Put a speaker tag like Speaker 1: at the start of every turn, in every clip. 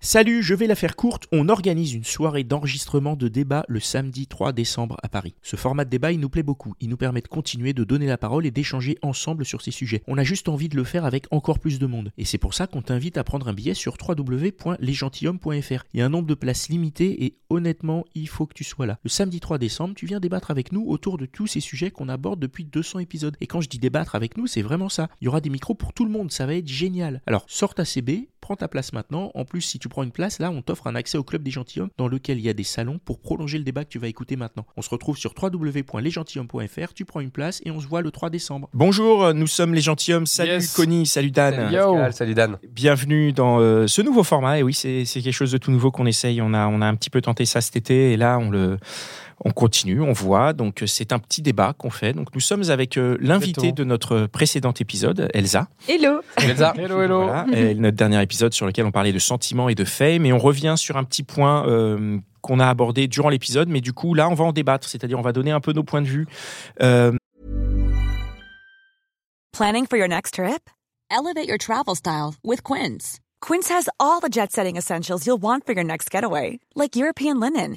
Speaker 1: Salut, je vais la faire courte. On organise une soirée d'enregistrement de débat le samedi 3 décembre à Paris. Ce format de débat, il nous plaît beaucoup. Il nous permet de continuer de donner la parole et d'échanger ensemble sur ces sujets. On a juste envie de le faire avec encore plus de monde. Et c'est pour ça qu'on t'invite à prendre un billet sur www.lesgentilhommes.fr. Il y a un nombre de places limité et honnêtement, il faut que tu sois là. Le samedi 3 décembre, tu viens débattre avec nous autour de tous ces sujets qu'on aborde depuis 200 épisodes. Et quand je dis débattre avec nous, c'est vraiment ça. Il y aura des micros pour tout le monde, ça va être génial. Alors, sors ta CB, prends ta place maintenant. En plus, si tu prends une place, là, on t'offre un accès au club des gentilshommes dans lequel il y a des salons pour prolonger le débat que tu vas écouter maintenant. On se retrouve sur www.lesgentilhommes.fr, tu prends une place et on se voit le 3 décembre. Bonjour, euh, nous sommes les gentilshommes. Salut
Speaker 2: Yes.
Speaker 1: Connie, salut Dan.
Speaker 2: Pascal, salut Dan.
Speaker 1: Bienvenue dans euh, ce nouveau format. Et oui, c'est c'est quelque chose de tout nouveau qu'on essaye. On a, on a un petit peu tenté ça cet été et là, on le. On continue, on voit. Donc, euh, c'est un petit débat qu'on fait. Donc, nous sommes avec euh, l'invité
Speaker 2: Exactement.
Speaker 1: de notre précédent épisode, Elsa.
Speaker 3: Hello
Speaker 2: Elsa.
Speaker 1: Voilà. Et notre dernier épisode sur lequel on parlait de sentiments et de fame. Et on revient sur un petit point euh, qu'on a abordé durant l'épisode. Mais du coup, là, on va en débattre. C'est-à-dire, on va donner un peu nos points de vue. Euh,
Speaker 4: Planning for your next trip? Elevate your travel style with Quince. Quince has all the jet setting essentials you'll want for your next getaway, like European linen,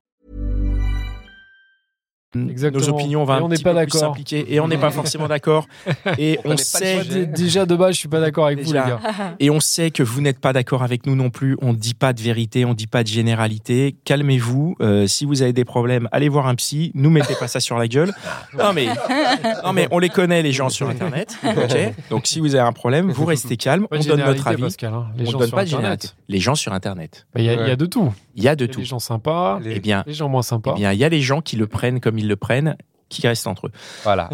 Speaker 5: Exactement.
Speaker 1: nos opinions, on va
Speaker 5: Et
Speaker 1: un
Speaker 5: on n'est
Speaker 1: petit
Speaker 5: pas
Speaker 1: peu plus
Speaker 5: d'accord.
Speaker 1: s'impliquer et on n'est pas forcément d'accord. Et on,
Speaker 2: n'est pas
Speaker 1: sait,
Speaker 2: le sujet.
Speaker 5: Dé- Déjà de base, je suis pas d'accord avec vous, les
Speaker 1: Déjà.
Speaker 5: gars.
Speaker 1: et on sait que vous n'êtes pas d'accord avec nous non plus. On ne dit pas de vérité, on ne dit pas de généralité. Calmez-vous. Euh, si vous avez des problèmes, allez voir un psy. Nous mettez pas ça sur la gueule. Non mais, non mais on les connaît les gens sur Internet. ok Donc si vous avez un problème, vous restez calme.
Speaker 5: Pas
Speaker 1: on
Speaker 5: de
Speaker 1: donne notre
Speaker 5: généralité,
Speaker 1: avis.
Speaker 5: Pascal, hein. Les
Speaker 1: on
Speaker 5: gens
Speaker 1: donne
Speaker 5: sur
Speaker 1: pas de généralité.
Speaker 5: Internet.
Speaker 1: Les gens sur Internet.
Speaker 5: Bah, Il y, a- il y a
Speaker 2: Ouais.
Speaker 5: de tout.
Speaker 1: Il y a de
Speaker 5: Il y a
Speaker 1: tout.
Speaker 5: des gens sympas,
Speaker 2: Les-
Speaker 1: Eh bien,
Speaker 5: les gens moins sympas.
Speaker 1: eh bien, il y a les gens qui le prennent comme ils le prennent, qui restent entre eux.
Speaker 2: Voilà.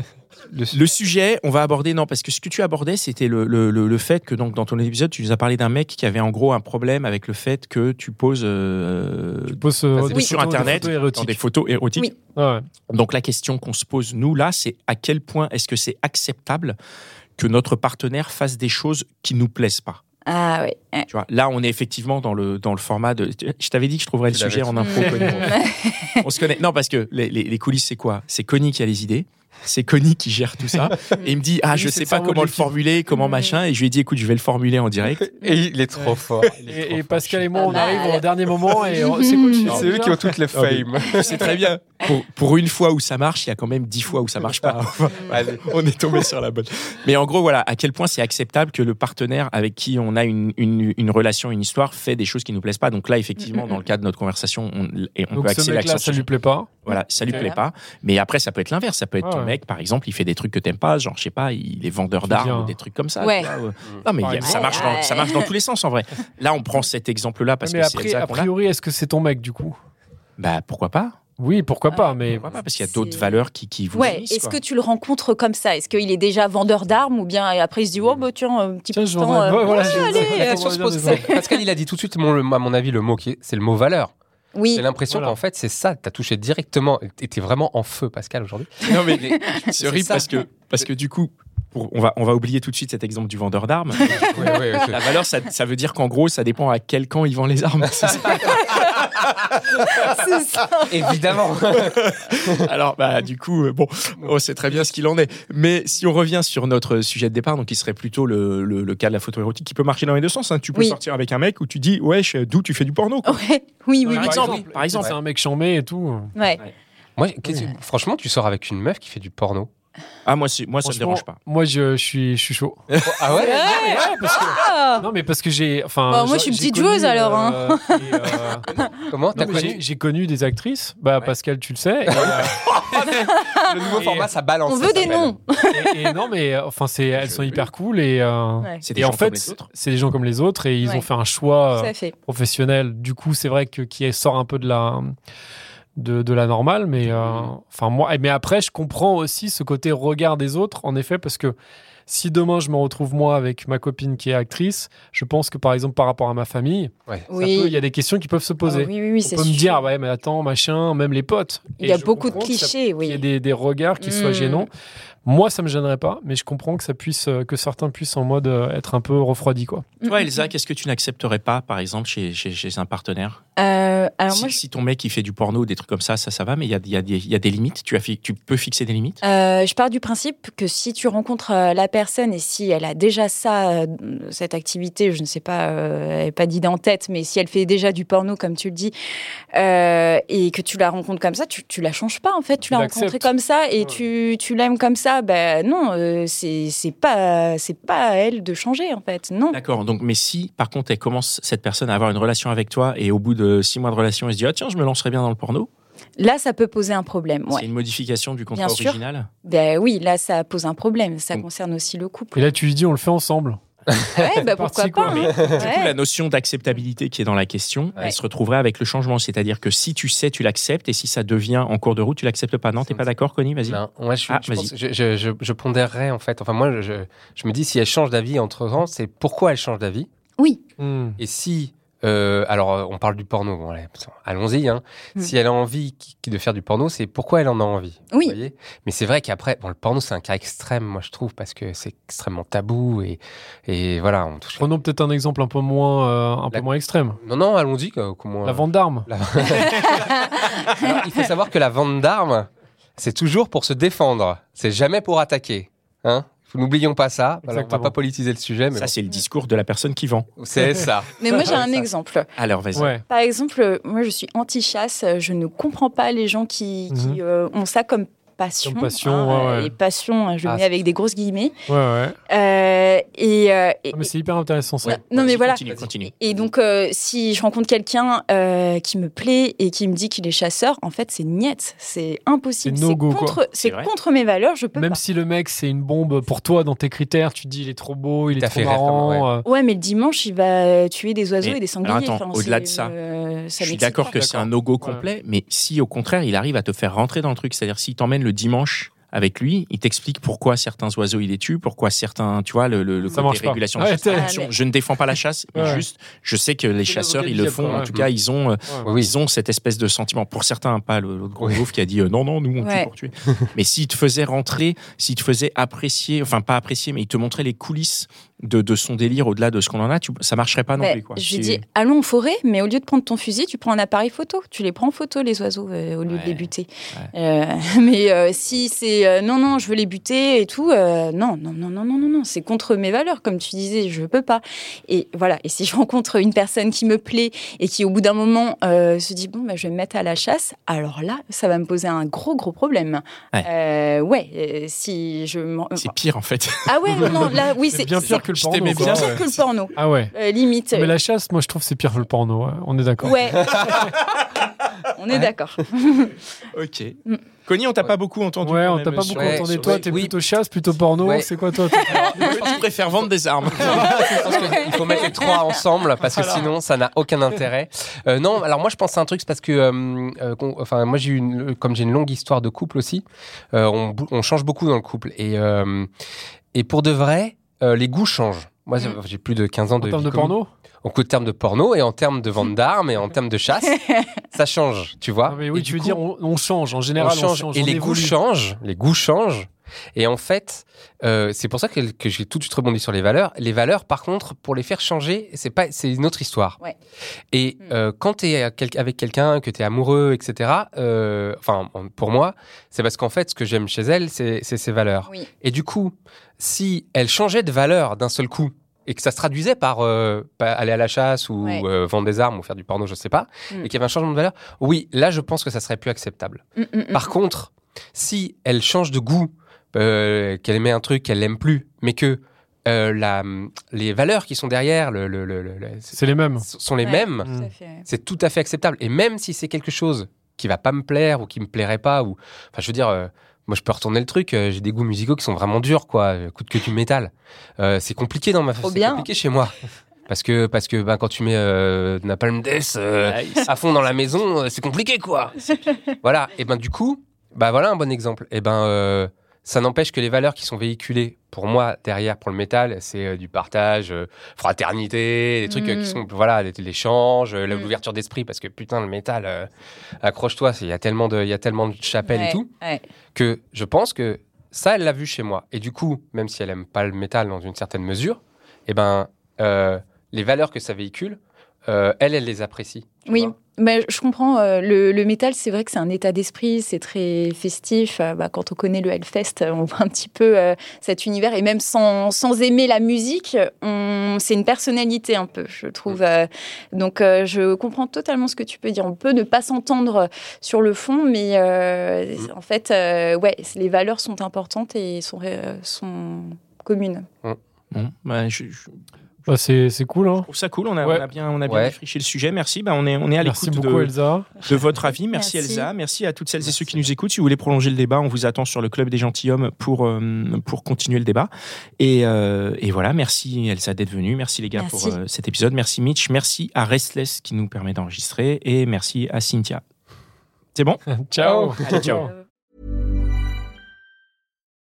Speaker 1: Le sujet, on va aborder, non, parce que ce que tu abordais, c'était le, le- le- le fait que donc, dans ton épisode, tu nous as parlé d'un mec qui avait en gros un problème avec le fait que tu poses euh,
Speaker 5: Tu poses
Speaker 2: Ah,
Speaker 5: euh,
Speaker 2: c'est
Speaker 5: des
Speaker 2: oui.
Speaker 1: sur
Speaker 5: photos- des
Speaker 1: Internet
Speaker 5: photos
Speaker 1: dans des
Speaker 5: érotiques.
Speaker 1: photos érotiques.
Speaker 3: Oui.
Speaker 5: Ouais.
Speaker 1: Donc la question qu'on se pose, nous, là, c'est à quel point est-ce que c'est acceptable que notre partenaire fasse des choses qui nous plaisent pas
Speaker 3: Ah oui. Eh.
Speaker 1: tu vois, Là, on est effectivement dans le, dans le format de... Je t'avais dit que je trouverais le
Speaker 2: Tu l'avais
Speaker 1: sujet en impro.
Speaker 3: Mm.
Speaker 1: Connie. On se connaît. Non, parce que les, les- les coulisses, c'est quoi C'est Connie qui a les idées. C'est Connie qui gère tout ça. Et il me dit, ah,
Speaker 5: Connie,
Speaker 1: je
Speaker 5: c'est
Speaker 1: sais
Speaker 5: le
Speaker 1: pas
Speaker 5: cerveau de
Speaker 1: comment le
Speaker 5: l'équipe.
Speaker 1: formuler, comment
Speaker 3: Mm.
Speaker 1: machin. Et je lui ai dit, écoute, je vais le formuler en direct.
Speaker 2: Et il est trop fort.
Speaker 5: Et, et Pascal et moi, on
Speaker 6: Ah,
Speaker 3: Pas mal.
Speaker 5: arrive au dernier moment et on- c'est quoi le sujet
Speaker 2: C'est eux
Speaker 5: déjà
Speaker 2: qui ont toutes les fame.
Speaker 1: C'est très bien. Pour, pour une fois où ça marche, il y a quand même dix fois où ça marche pas. Enfin,
Speaker 2: Allez.
Speaker 1: on est tombé sur la bonne. Mais en gros, voilà, à quel point c'est acceptable que le partenaire avec qui on a une, une, une relation, une histoire, fait des choses qui nous plaisent pas. Donc là, effectivement, dans le cadre de notre conversation, on, et on
Speaker 5: Donc
Speaker 1: peut
Speaker 5: ce
Speaker 1: axer
Speaker 5: mec-là,
Speaker 1: l'action
Speaker 5: ça
Speaker 1: sur
Speaker 5: lui plaît pas.
Speaker 1: Voilà, ça lui
Speaker 5: Ok.
Speaker 1: plaît pas. Mais après, ça peut être l'inverse. Ça peut être
Speaker 5: Ah
Speaker 1: ton
Speaker 5: ouais.
Speaker 1: mec, par exemple, il fait des trucs que t'aimes pas, genre, je sais pas, il est vendeur
Speaker 5: Tu
Speaker 1: d'art
Speaker 5: viens.
Speaker 1: ou des trucs comme ça.
Speaker 3: Ouais.
Speaker 1: tu vois, ouais. Non, mais il
Speaker 5: Par
Speaker 1: y a- ça
Speaker 5: exemple.
Speaker 1: marche, dans, ça marche dans tous les sens, en vrai. Là, on prend cet exemple-là parce
Speaker 5: Mais
Speaker 1: que c'est
Speaker 5: après,
Speaker 1: Elsa
Speaker 5: a
Speaker 1: qu'on a.
Speaker 5: priori, est-ce que c'est ton mec, du coup
Speaker 1: Bah, pourquoi pas
Speaker 5: Oui, pourquoi pas, mais
Speaker 1: Pourquoi pas Parce qu'il y a
Speaker 6: C'est-
Speaker 1: d'autres valeurs qui, qui vous
Speaker 6: Ouais,
Speaker 1: unissent,
Speaker 6: est-ce que
Speaker 1: quoi.
Speaker 6: tu le rencontres comme ça Est-ce qu'il est déjà vendeur d'armes ou bien et après il se dit oh bah tiens un petit
Speaker 5: Tiens,
Speaker 6: peu
Speaker 5: je
Speaker 6: de temps
Speaker 5: vendrai-
Speaker 6: euh,
Speaker 5: ouais, voilà,
Speaker 6: ouais,
Speaker 5: je- je-
Speaker 6: allez, euh,
Speaker 5: je-
Speaker 2: La question se pose.
Speaker 5: Désolé.
Speaker 2: c'est- Pascal, il a dit tout de suite, mon- le- à mon avis, le mot qui est- c'est le mot valeur.
Speaker 6: Oui.
Speaker 2: J'ai l'impression
Speaker 5: Voilà.
Speaker 2: qu'en fait, c'est ça. T'as touché directement. et T'es vraiment en feu, Pascal, aujourd'hui.
Speaker 1: Non, mais
Speaker 2: C'est
Speaker 1: c'est horrible
Speaker 2: ça.
Speaker 1: parce que, parce que du coup, pour- on, va, on va oublier tout de suite cet exemple du vendeur d'armes.
Speaker 2: Ouais, ouais, ouais,
Speaker 1: La valeur, ça, ça veut dire qu'en gros, ça dépend à quel camp il vend les armes. C'est ça.
Speaker 6: C'est ça.
Speaker 2: c'est- Évidemment.
Speaker 1: Alors, bah, du coup, euh, bon, on sait très bien ce qu'il en est. Mais si on revient sur notre sujet de départ, donc qui serait plutôt le, le- le cas de la photo érotique, qui peut marcher dans les deux sens. hein. Tu peux
Speaker 6: Oui.
Speaker 1: sortir avec un mec où tu dis, wesh, d'où tu fais du porno quoi.
Speaker 6: Ouais. Oui, oui,
Speaker 1: Par
Speaker 6: oui.
Speaker 1: exemple, par
Speaker 5: c'est
Speaker 1: exemple.
Speaker 5: un mec chambé et tout.
Speaker 6: Ouais.
Speaker 2: Moi, qu'est-ce que- franchement, tu sors avec une meuf qui fait du porno.
Speaker 1: Ah, moi, c'est- moi ça me
Speaker 5: Franchement,
Speaker 1: dérange pas.
Speaker 5: Moi, je, je suis, je suis chaud.
Speaker 2: Ah ouais
Speaker 6: Ah
Speaker 5: Non, mais parce que j'ai. Enfin,
Speaker 6: Bah, moi, je
Speaker 5: j'ai-
Speaker 6: suis
Speaker 5: j'ai
Speaker 6: petite joueuse,
Speaker 5: connu,
Speaker 6: alors, hein.
Speaker 5: euh, et, euh,
Speaker 2: Comment
Speaker 1: Ah,
Speaker 2: T'as
Speaker 5: non, mais j'ai-
Speaker 2: connu
Speaker 5: J'ai connu des actrices. Bah, Pascal, tu le sais. Et, euh,
Speaker 2: Le nouveau format, ça balance.
Speaker 6: On
Speaker 2: ça
Speaker 6: veut des
Speaker 2: s'appelle.
Speaker 6: noms.
Speaker 5: et, et non, mais euh, enfin, c'est, elles
Speaker 1: Je-
Speaker 5: sont hyper cool et. euh,
Speaker 6: Ouais.
Speaker 1: C'est des
Speaker 5: Et en
Speaker 1: gens comme
Speaker 5: fait,
Speaker 1: les autres.
Speaker 5: c'est des gens comme les autres et ils
Speaker 6: Ouais.
Speaker 5: ont fait un choix
Speaker 6: Tout
Speaker 5: euh,
Speaker 6: à fait.
Speaker 5: professionnel. Du coup, c'est vrai que qui sort un peu de la de, de la normale, mais euh,
Speaker 1: Mmh.
Speaker 5: enfin moi, mais après je comprends aussi ce côté regard des autres, en effet, parce que si demain je me retrouve moi avec ma copine qui est actrice, je pense que par exemple par rapport à ma famille, ça peut- il
Speaker 6: Oui.
Speaker 5: y a des questions qui peuvent se poser.
Speaker 6: Ah oui, oui, oui,
Speaker 5: On
Speaker 6: c'est
Speaker 5: peut me
Speaker 6: sûr.
Speaker 5: dire, ouais, mais attends, machin, même les potes.
Speaker 6: Il
Speaker 5: Et
Speaker 6: y a
Speaker 5: je
Speaker 6: beaucoup de
Speaker 5: comprends que ça-
Speaker 6: clichés,
Speaker 5: Qu'il y ait
Speaker 6: oui.
Speaker 5: des, des regards qui soient
Speaker 6: Mm.
Speaker 5: gênants. Moi, ça me gênerait pas, mais je comprends que ça puisse, euh, que certains puissent en mode euh, être un peu refroidis, quoi.
Speaker 6: Mm,
Speaker 1: Toi, Elsa, qu'est-ce que tu n'accepterais pas, par exemple, chez, chez, chez un partenaire
Speaker 6: Euh, alors
Speaker 1: si,
Speaker 6: moi, je-
Speaker 1: si ton mec il fait du porno ou des trucs comme ça, ça, ça va, mais il y a, il y a des- il y a des limites. Tu, as fi- tu peux fixer des limites
Speaker 6: Euh, je pars du principe que si tu rencontres euh, la personne et si elle a déjà ça, euh, cette activité, je ne sais pas, euh, elle n'est pas dit en tête, mais si elle fait déjà du porno, comme tu le dis, euh, et que tu la rencontres comme ça, tu, tu la changes pas en fait, tu
Speaker 5: Tu
Speaker 6: l'as
Speaker 5: l'acceptes.
Speaker 6: rencontrée comme ça et
Speaker 5: Ouais.
Speaker 6: tu, tu l'aimes comme ça, ben non, euh, c'est c'est pas, c'est pas à elle de changer en fait, non.
Speaker 1: D'accord. Donc, mais si par contre elle commence cette personne à avoir une relation avec toi et au bout de six mois de relation elle se dit ah tiens je me lancerai bien dans le porno,
Speaker 6: Là, ça peut poser un problème,
Speaker 1: c'est
Speaker 6: ouais.
Speaker 1: une modification du contrat
Speaker 6: Bien sûr.
Speaker 1: original.
Speaker 6: Ben oui, là, ça pose un problème, ça
Speaker 1: Donc-
Speaker 6: concerne aussi le couple.
Speaker 5: Et là, tu lui dis, on le fait ensemble.
Speaker 6: Ouais, ben pourquoi
Speaker 5: parti,
Speaker 6: pas.
Speaker 5: quoi.
Speaker 6: hein.
Speaker 1: Du coup,
Speaker 6: Ouais.
Speaker 1: la notion d'acceptabilité qui est dans la question,
Speaker 2: Ouais.
Speaker 1: elle se retrouverait avec le changement, c'est-à-dire que si tu sais tu l'acceptes et si ça devient en cours de route tu l'acceptes pas. Non, t'es pas d'accord, Connie Vas-y.
Speaker 2: Non, moi, Ben, je, suis-
Speaker 1: Ah,
Speaker 2: je,
Speaker 1: vas-y.
Speaker 2: pense- je, je- je- je pondérerais, en fait. Enfin, moi, je, je me dis, si elle change d'avis entre temps, c'est pourquoi elle change d'avis.
Speaker 6: Oui,
Speaker 2: Et si. euh, alors, euh, on parle du porno. Bon, allez, putain, allons-y. hein.
Speaker 6: Mm.
Speaker 2: Si elle a envie qui- qui- de faire du porno, c'est pourquoi elle en a envie.
Speaker 6: Oui.
Speaker 2: vous voyez Mais c'est vrai qu'après, bon, le porno, c'est un cas extrême, moi, je trouve, parce que c'est extrêmement tabou. Et, et voilà, on touche.
Speaker 5: Prenons peut-être un exemple un peu moins, euh, un peu
Speaker 2: La-
Speaker 5: moins extrême.
Speaker 2: Non, non, allons-y. euh, comment-
Speaker 5: La vente d'armes.
Speaker 2: Alors, il faut savoir que la vente d'armes, c'est toujours pour se défendre. C'est jamais pour attaquer. Hein N'oublions pas ça. Alors, on va
Speaker 5: Exactement.
Speaker 2: pas politiser le sujet, mais
Speaker 1: Ça c'est le discours de la personne qui vend.
Speaker 2: bon, c'est ça.
Speaker 6: mais moi j'ai
Speaker 2: Ouais,
Speaker 6: un
Speaker 2: ça.
Speaker 6: exemple.
Speaker 1: Alors vas-y.
Speaker 5: Ouais.
Speaker 6: Par exemple, euh, moi je suis anti-chasse, euh, je ne comprends pas les gens qui, qui,
Speaker 5: Mhm.
Speaker 6: euh, ont ça comme passion.
Speaker 5: Comme passion, ouais,
Speaker 6: euh,
Speaker 5: ouais.
Speaker 6: Et passion, hein, je le
Speaker 2: Ah,
Speaker 6: mets avec des grosses guillemets.
Speaker 5: Ouais, ouais.
Speaker 6: Euh, et, euh, et-
Speaker 5: Ah, mais c'est hyper intéressant, ça.
Speaker 6: Ouais. Non, mais
Speaker 1: Vas-y,
Speaker 6: voilà.
Speaker 1: Continue, continue.
Speaker 6: et donc, euh, si je rencontre quelqu'un euh, qui me plaît et qui me dit qu'il est chasseur, en fait, c'est niette, c'est impossible.
Speaker 5: C'est no-go, quoi.
Speaker 6: contre,
Speaker 1: C'est
Speaker 6: c'est
Speaker 1: vrai.
Speaker 6: contre mes valeurs, je peux
Speaker 5: Même
Speaker 6: pas.
Speaker 5: si le mec, c'est une bombe pour toi dans tes critères, tu te dis, il est trop beau, il
Speaker 2: T'as
Speaker 5: est trop
Speaker 2: fait rire,
Speaker 5: marrant.
Speaker 2: quand
Speaker 5: euh,
Speaker 6: Ouais, mais le dimanche, il va tuer des oiseaux
Speaker 1: Mais-
Speaker 6: et des sangliers.
Speaker 1: alors attends,
Speaker 6: Enfin,
Speaker 1: au-delà
Speaker 6: c'est
Speaker 1: de ça,
Speaker 6: une- ça
Speaker 1: je suis
Speaker 6: m'excite
Speaker 1: d'accord
Speaker 6: pas.
Speaker 1: que c'est un no-go complet, mais si au contraire il arrive à te faire rentrer dans le truc, c'est-à-dire s'il t'emmène le dimanche avec lui, il t'explique pourquoi certains oiseaux il les tue, pourquoi certains, tu vois, le, le, le
Speaker 5: Ça
Speaker 1: côté
Speaker 5: marche pas.
Speaker 1: régulation.
Speaker 5: Ouais, t'es-
Speaker 1: Attention,
Speaker 6: Ah, mais-
Speaker 1: Je ne défends pas la chasse, mais
Speaker 5: Ouais.
Speaker 1: juste, je sais que les
Speaker 5: C'est
Speaker 1: chasseurs ils le
Speaker 5: l'avocat
Speaker 1: font.
Speaker 5: du
Speaker 1: En
Speaker 5: diable,
Speaker 1: tout
Speaker 2: ouais.
Speaker 1: cas, ils ont, euh,
Speaker 5: ouais.
Speaker 2: Oui,
Speaker 1: ils ont cette espèce de sentiment. Pour certains, hein, pas le- l'autre gros
Speaker 2: Oui.
Speaker 1: bouffe qui a dit euh, non, non, nous on tue
Speaker 6: Ouais.
Speaker 1: pour tuer. mais s'il te faisait rentrer, s'il te faisait apprécier, enfin pas apprécier, mais il te montrait les coulisses de, de son délire au-delà de ce qu'on en a, tu, ça marcherait pas non
Speaker 6: Ben,
Speaker 1: plus. Quoi.
Speaker 6: Je lui
Speaker 1: C'est-
Speaker 6: dis, allons en forêt, mais au lieu de prendre ton fusil, tu prends un appareil photo. Tu les prends en photo, les oiseaux, euh, au lieu
Speaker 1: Ouais,
Speaker 6: de les buter. Euh, mais euh, si c'est euh, non, non, je veux les buter et tout, euh, non, non, non, non, non, non, non, c'est contre mes valeurs, comme tu disais, je peux pas. Et voilà, et si je rencontre une personne qui me plaît et qui, au bout d'un moment, euh, se dit, bon, ben, je vais me mettre à la chasse, alors là, ça va me poser un gros, gros problème.
Speaker 1: Ouais.
Speaker 6: Euh, ouais, euh, si je. m'en-
Speaker 1: c'est pire en fait.
Speaker 6: Ah ouais, non, non, là, oui,
Speaker 5: C'est
Speaker 6: c'est
Speaker 5: bien
Speaker 6: c'est
Speaker 5: pire que le
Speaker 1: je
Speaker 5: porno.
Speaker 1: t'aimais
Speaker 5: quoi.
Speaker 1: bien.
Speaker 6: pire que le porno.
Speaker 5: Ah ouais.
Speaker 6: Euh, limite.
Speaker 5: Mais la chasse, moi, je trouve, c'est pire que le porno. ouais. On est d'accord.
Speaker 6: Ouais. On est d'accord.
Speaker 1: Ok.
Speaker 6: Mm.
Speaker 1: Connie, on t'a
Speaker 2: Ouais.
Speaker 1: pas beaucoup entendu.
Speaker 5: Ouais,
Speaker 1: quand
Speaker 5: on
Speaker 1: même
Speaker 5: t'a pas
Speaker 1: sur-
Speaker 5: beaucoup
Speaker 2: ouais,
Speaker 5: entendu.
Speaker 2: sur-
Speaker 5: Toi,
Speaker 2: oui,
Speaker 5: t'es
Speaker 2: oui.
Speaker 5: plutôt chasse, plutôt porno.
Speaker 2: Ouais.
Speaker 5: C'est quoi, toi
Speaker 1: Tu préfères vendre des armes.
Speaker 2: je pense qu'il faut mettre les trois ensemble parce que sinon ça n'a aucun intérêt. Euh, non, alors moi je pense à un truc, c'est parce que, euh, euh, qu'on- enfin moi j'ai eu une, comme j'ai une longue histoire de couple aussi, euh, on, bou- on change beaucoup dans le couple et euh, et pour de vrai, euh, les goûts changent. Moi j'ai- j'ai plus de 15 ans de
Speaker 5: Mmh. En termes
Speaker 2: vie
Speaker 5: de
Speaker 2: commune.
Speaker 5: porno
Speaker 2: Donc, en termes de porno et en termes de vente d'armes et en termes de chasse, ça change, tu vois.
Speaker 5: Ah, mais oui,
Speaker 2: Et
Speaker 5: tu
Speaker 2: du
Speaker 5: veux
Speaker 2: coup,
Speaker 5: dire, on, on change. En
Speaker 2: on
Speaker 5: général, on
Speaker 2: change.
Speaker 5: change.
Speaker 2: et
Speaker 5: on
Speaker 2: les goûts
Speaker 5: évolue.
Speaker 2: changent. Les goûts changent. Et en fait, euh, c'est pour ça que, que j'ai tout de suite rebondi sur les valeurs. Les valeurs, par contre, pour les faire changer, c'est pas, c'est une autre histoire.
Speaker 6: Ouais.
Speaker 2: Et
Speaker 6: Hmm.
Speaker 2: euh, quand tu es avec quelqu'un, que tu es amoureux, etc., euh, enfin, en- pour moi, c'est parce qu'en fait, ce que j'aime chez elle, c'est c'est ses valeurs.
Speaker 6: Oui.
Speaker 2: Et du coup, si elle changeait de valeur d'un seul coup, et que ça se traduisait par euh, pas aller à la chasse ou
Speaker 6: Ouais.
Speaker 2: euh, vendre des armes ou faire du porno, je sais pas,
Speaker 6: Mm.
Speaker 2: et qu'il y avait un changement de valeur, oui, là, je pense que ça serait plus acceptable.
Speaker 6: Mm, mm, mm.
Speaker 2: Par contre, si elle change de goût, euh, qu'elle aimait un truc qu'elle n'aime plus, mais que euh, la, les valeurs qui sont derrière le, le- le- le- le-
Speaker 5: C'est les mêmes.
Speaker 2: sont les
Speaker 6: Ouais.
Speaker 2: mêmes,
Speaker 6: Tout à fait.
Speaker 2: c'est tout à fait acceptable. Et même si c'est quelque chose qui va pas me plaire ou qui me plairait pas, ou enfin, je veux dire, euh, moi je peux retourner le truc. euh, J'ai des goûts musicaux qui sont vraiment durs, quoi. J'écoute que du métal. Euh, c'est compliqué dans ma
Speaker 6: Trop
Speaker 2: c'est
Speaker 6: bien.
Speaker 2: compliqué chez moi. Parce que, parce que ben, quand tu mets euh, Napalm Death euh, à fond dans la maison, euh, c'est compliqué, quoi. voilà. Et ben du coup, bah voilà un bon exemple. Et ben euh, ça n'empêche que les valeurs qui sont véhiculées pour moi derrière pour le métal, c'est euh, du partage, euh, fraternité, des trucs euh,
Speaker 6: Mm.
Speaker 2: qui sont voilà les- l'échange, euh, la-
Speaker 6: Mm.
Speaker 2: l'ouverture d'esprit parce que putain le métal, euh, accroche-toi, c'est- il y a tellement de il y a tellement de chapelles et
Speaker 6: Ouais,
Speaker 2: tout
Speaker 6: ouais.
Speaker 2: que je pense que ça, elle l'a vu chez moi. Et du coup, même si elle aime pas le métal dans une certaine mesure, eh ben, euh, les valeurs que ça véhicule, euh, elle, elle les apprécie. tu
Speaker 6: Oui,
Speaker 2: vois.
Speaker 6: mais je comprends. euh, le, le métal, c'est vrai que c'est un état d'esprit, c'est très festif. Euh, bah, quand on connaît le Hellfest, euh, on voit un petit peu euh, cet univers. Et même sans, sans aimer la musique, on- c'est une personnalité un peu, je
Speaker 2: Mm.
Speaker 6: trouve. Euh, donc, euh, je comprends totalement ce que tu peux dire. On peut ne pas s'entendre sur le fond, mais euh,
Speaker 2: Mm.
Speaker 6: en fait, euh, ouais, c'est- les valeurs sont importantes et sont, ré- euh, sont communes.
Speaker 1: Bon, bah, je, je
Speaker 5: Bah, c'est c'est cool, hein.
Speaker 1: trouve ça cool. On a,
Speaker 5: Ouais.
Speaker 1: on a bien, on a bien
Speaker 2: Ouais.
Speaker 1: défriché le sujet. Merci. Bah, on est, on est à
Speaker 5: Merci
Speaker 1: l'écoute
Speaker 5: beaucoup,
Speaker 1: de,
Speaker 5: Elsa.
Speaker 1: de votre avis. Merci,
Speaker 6: Merci.
Speaker 1: Elsa. Merci à toutes celles et
Speaker 2: Merci.
Speaker 1: ceux qui nous écoutent. Si vous voulez prolonger le débat, on vous attend sur le Club des Gentilhommes pour, euh, pour continuer le débat. Et, euh, et voilà, merci Elsa d'être venue. Merci les gars
Speaker 6: Merci.
Speaker 1: pour euh, cet épisode. Merci Mitch. Merci à Restless qui nous permet d'enregistrer. Et merci à Cynthia. C'est bon
Speaker 5: Ciao.
Speaker 1: Allez, ciao.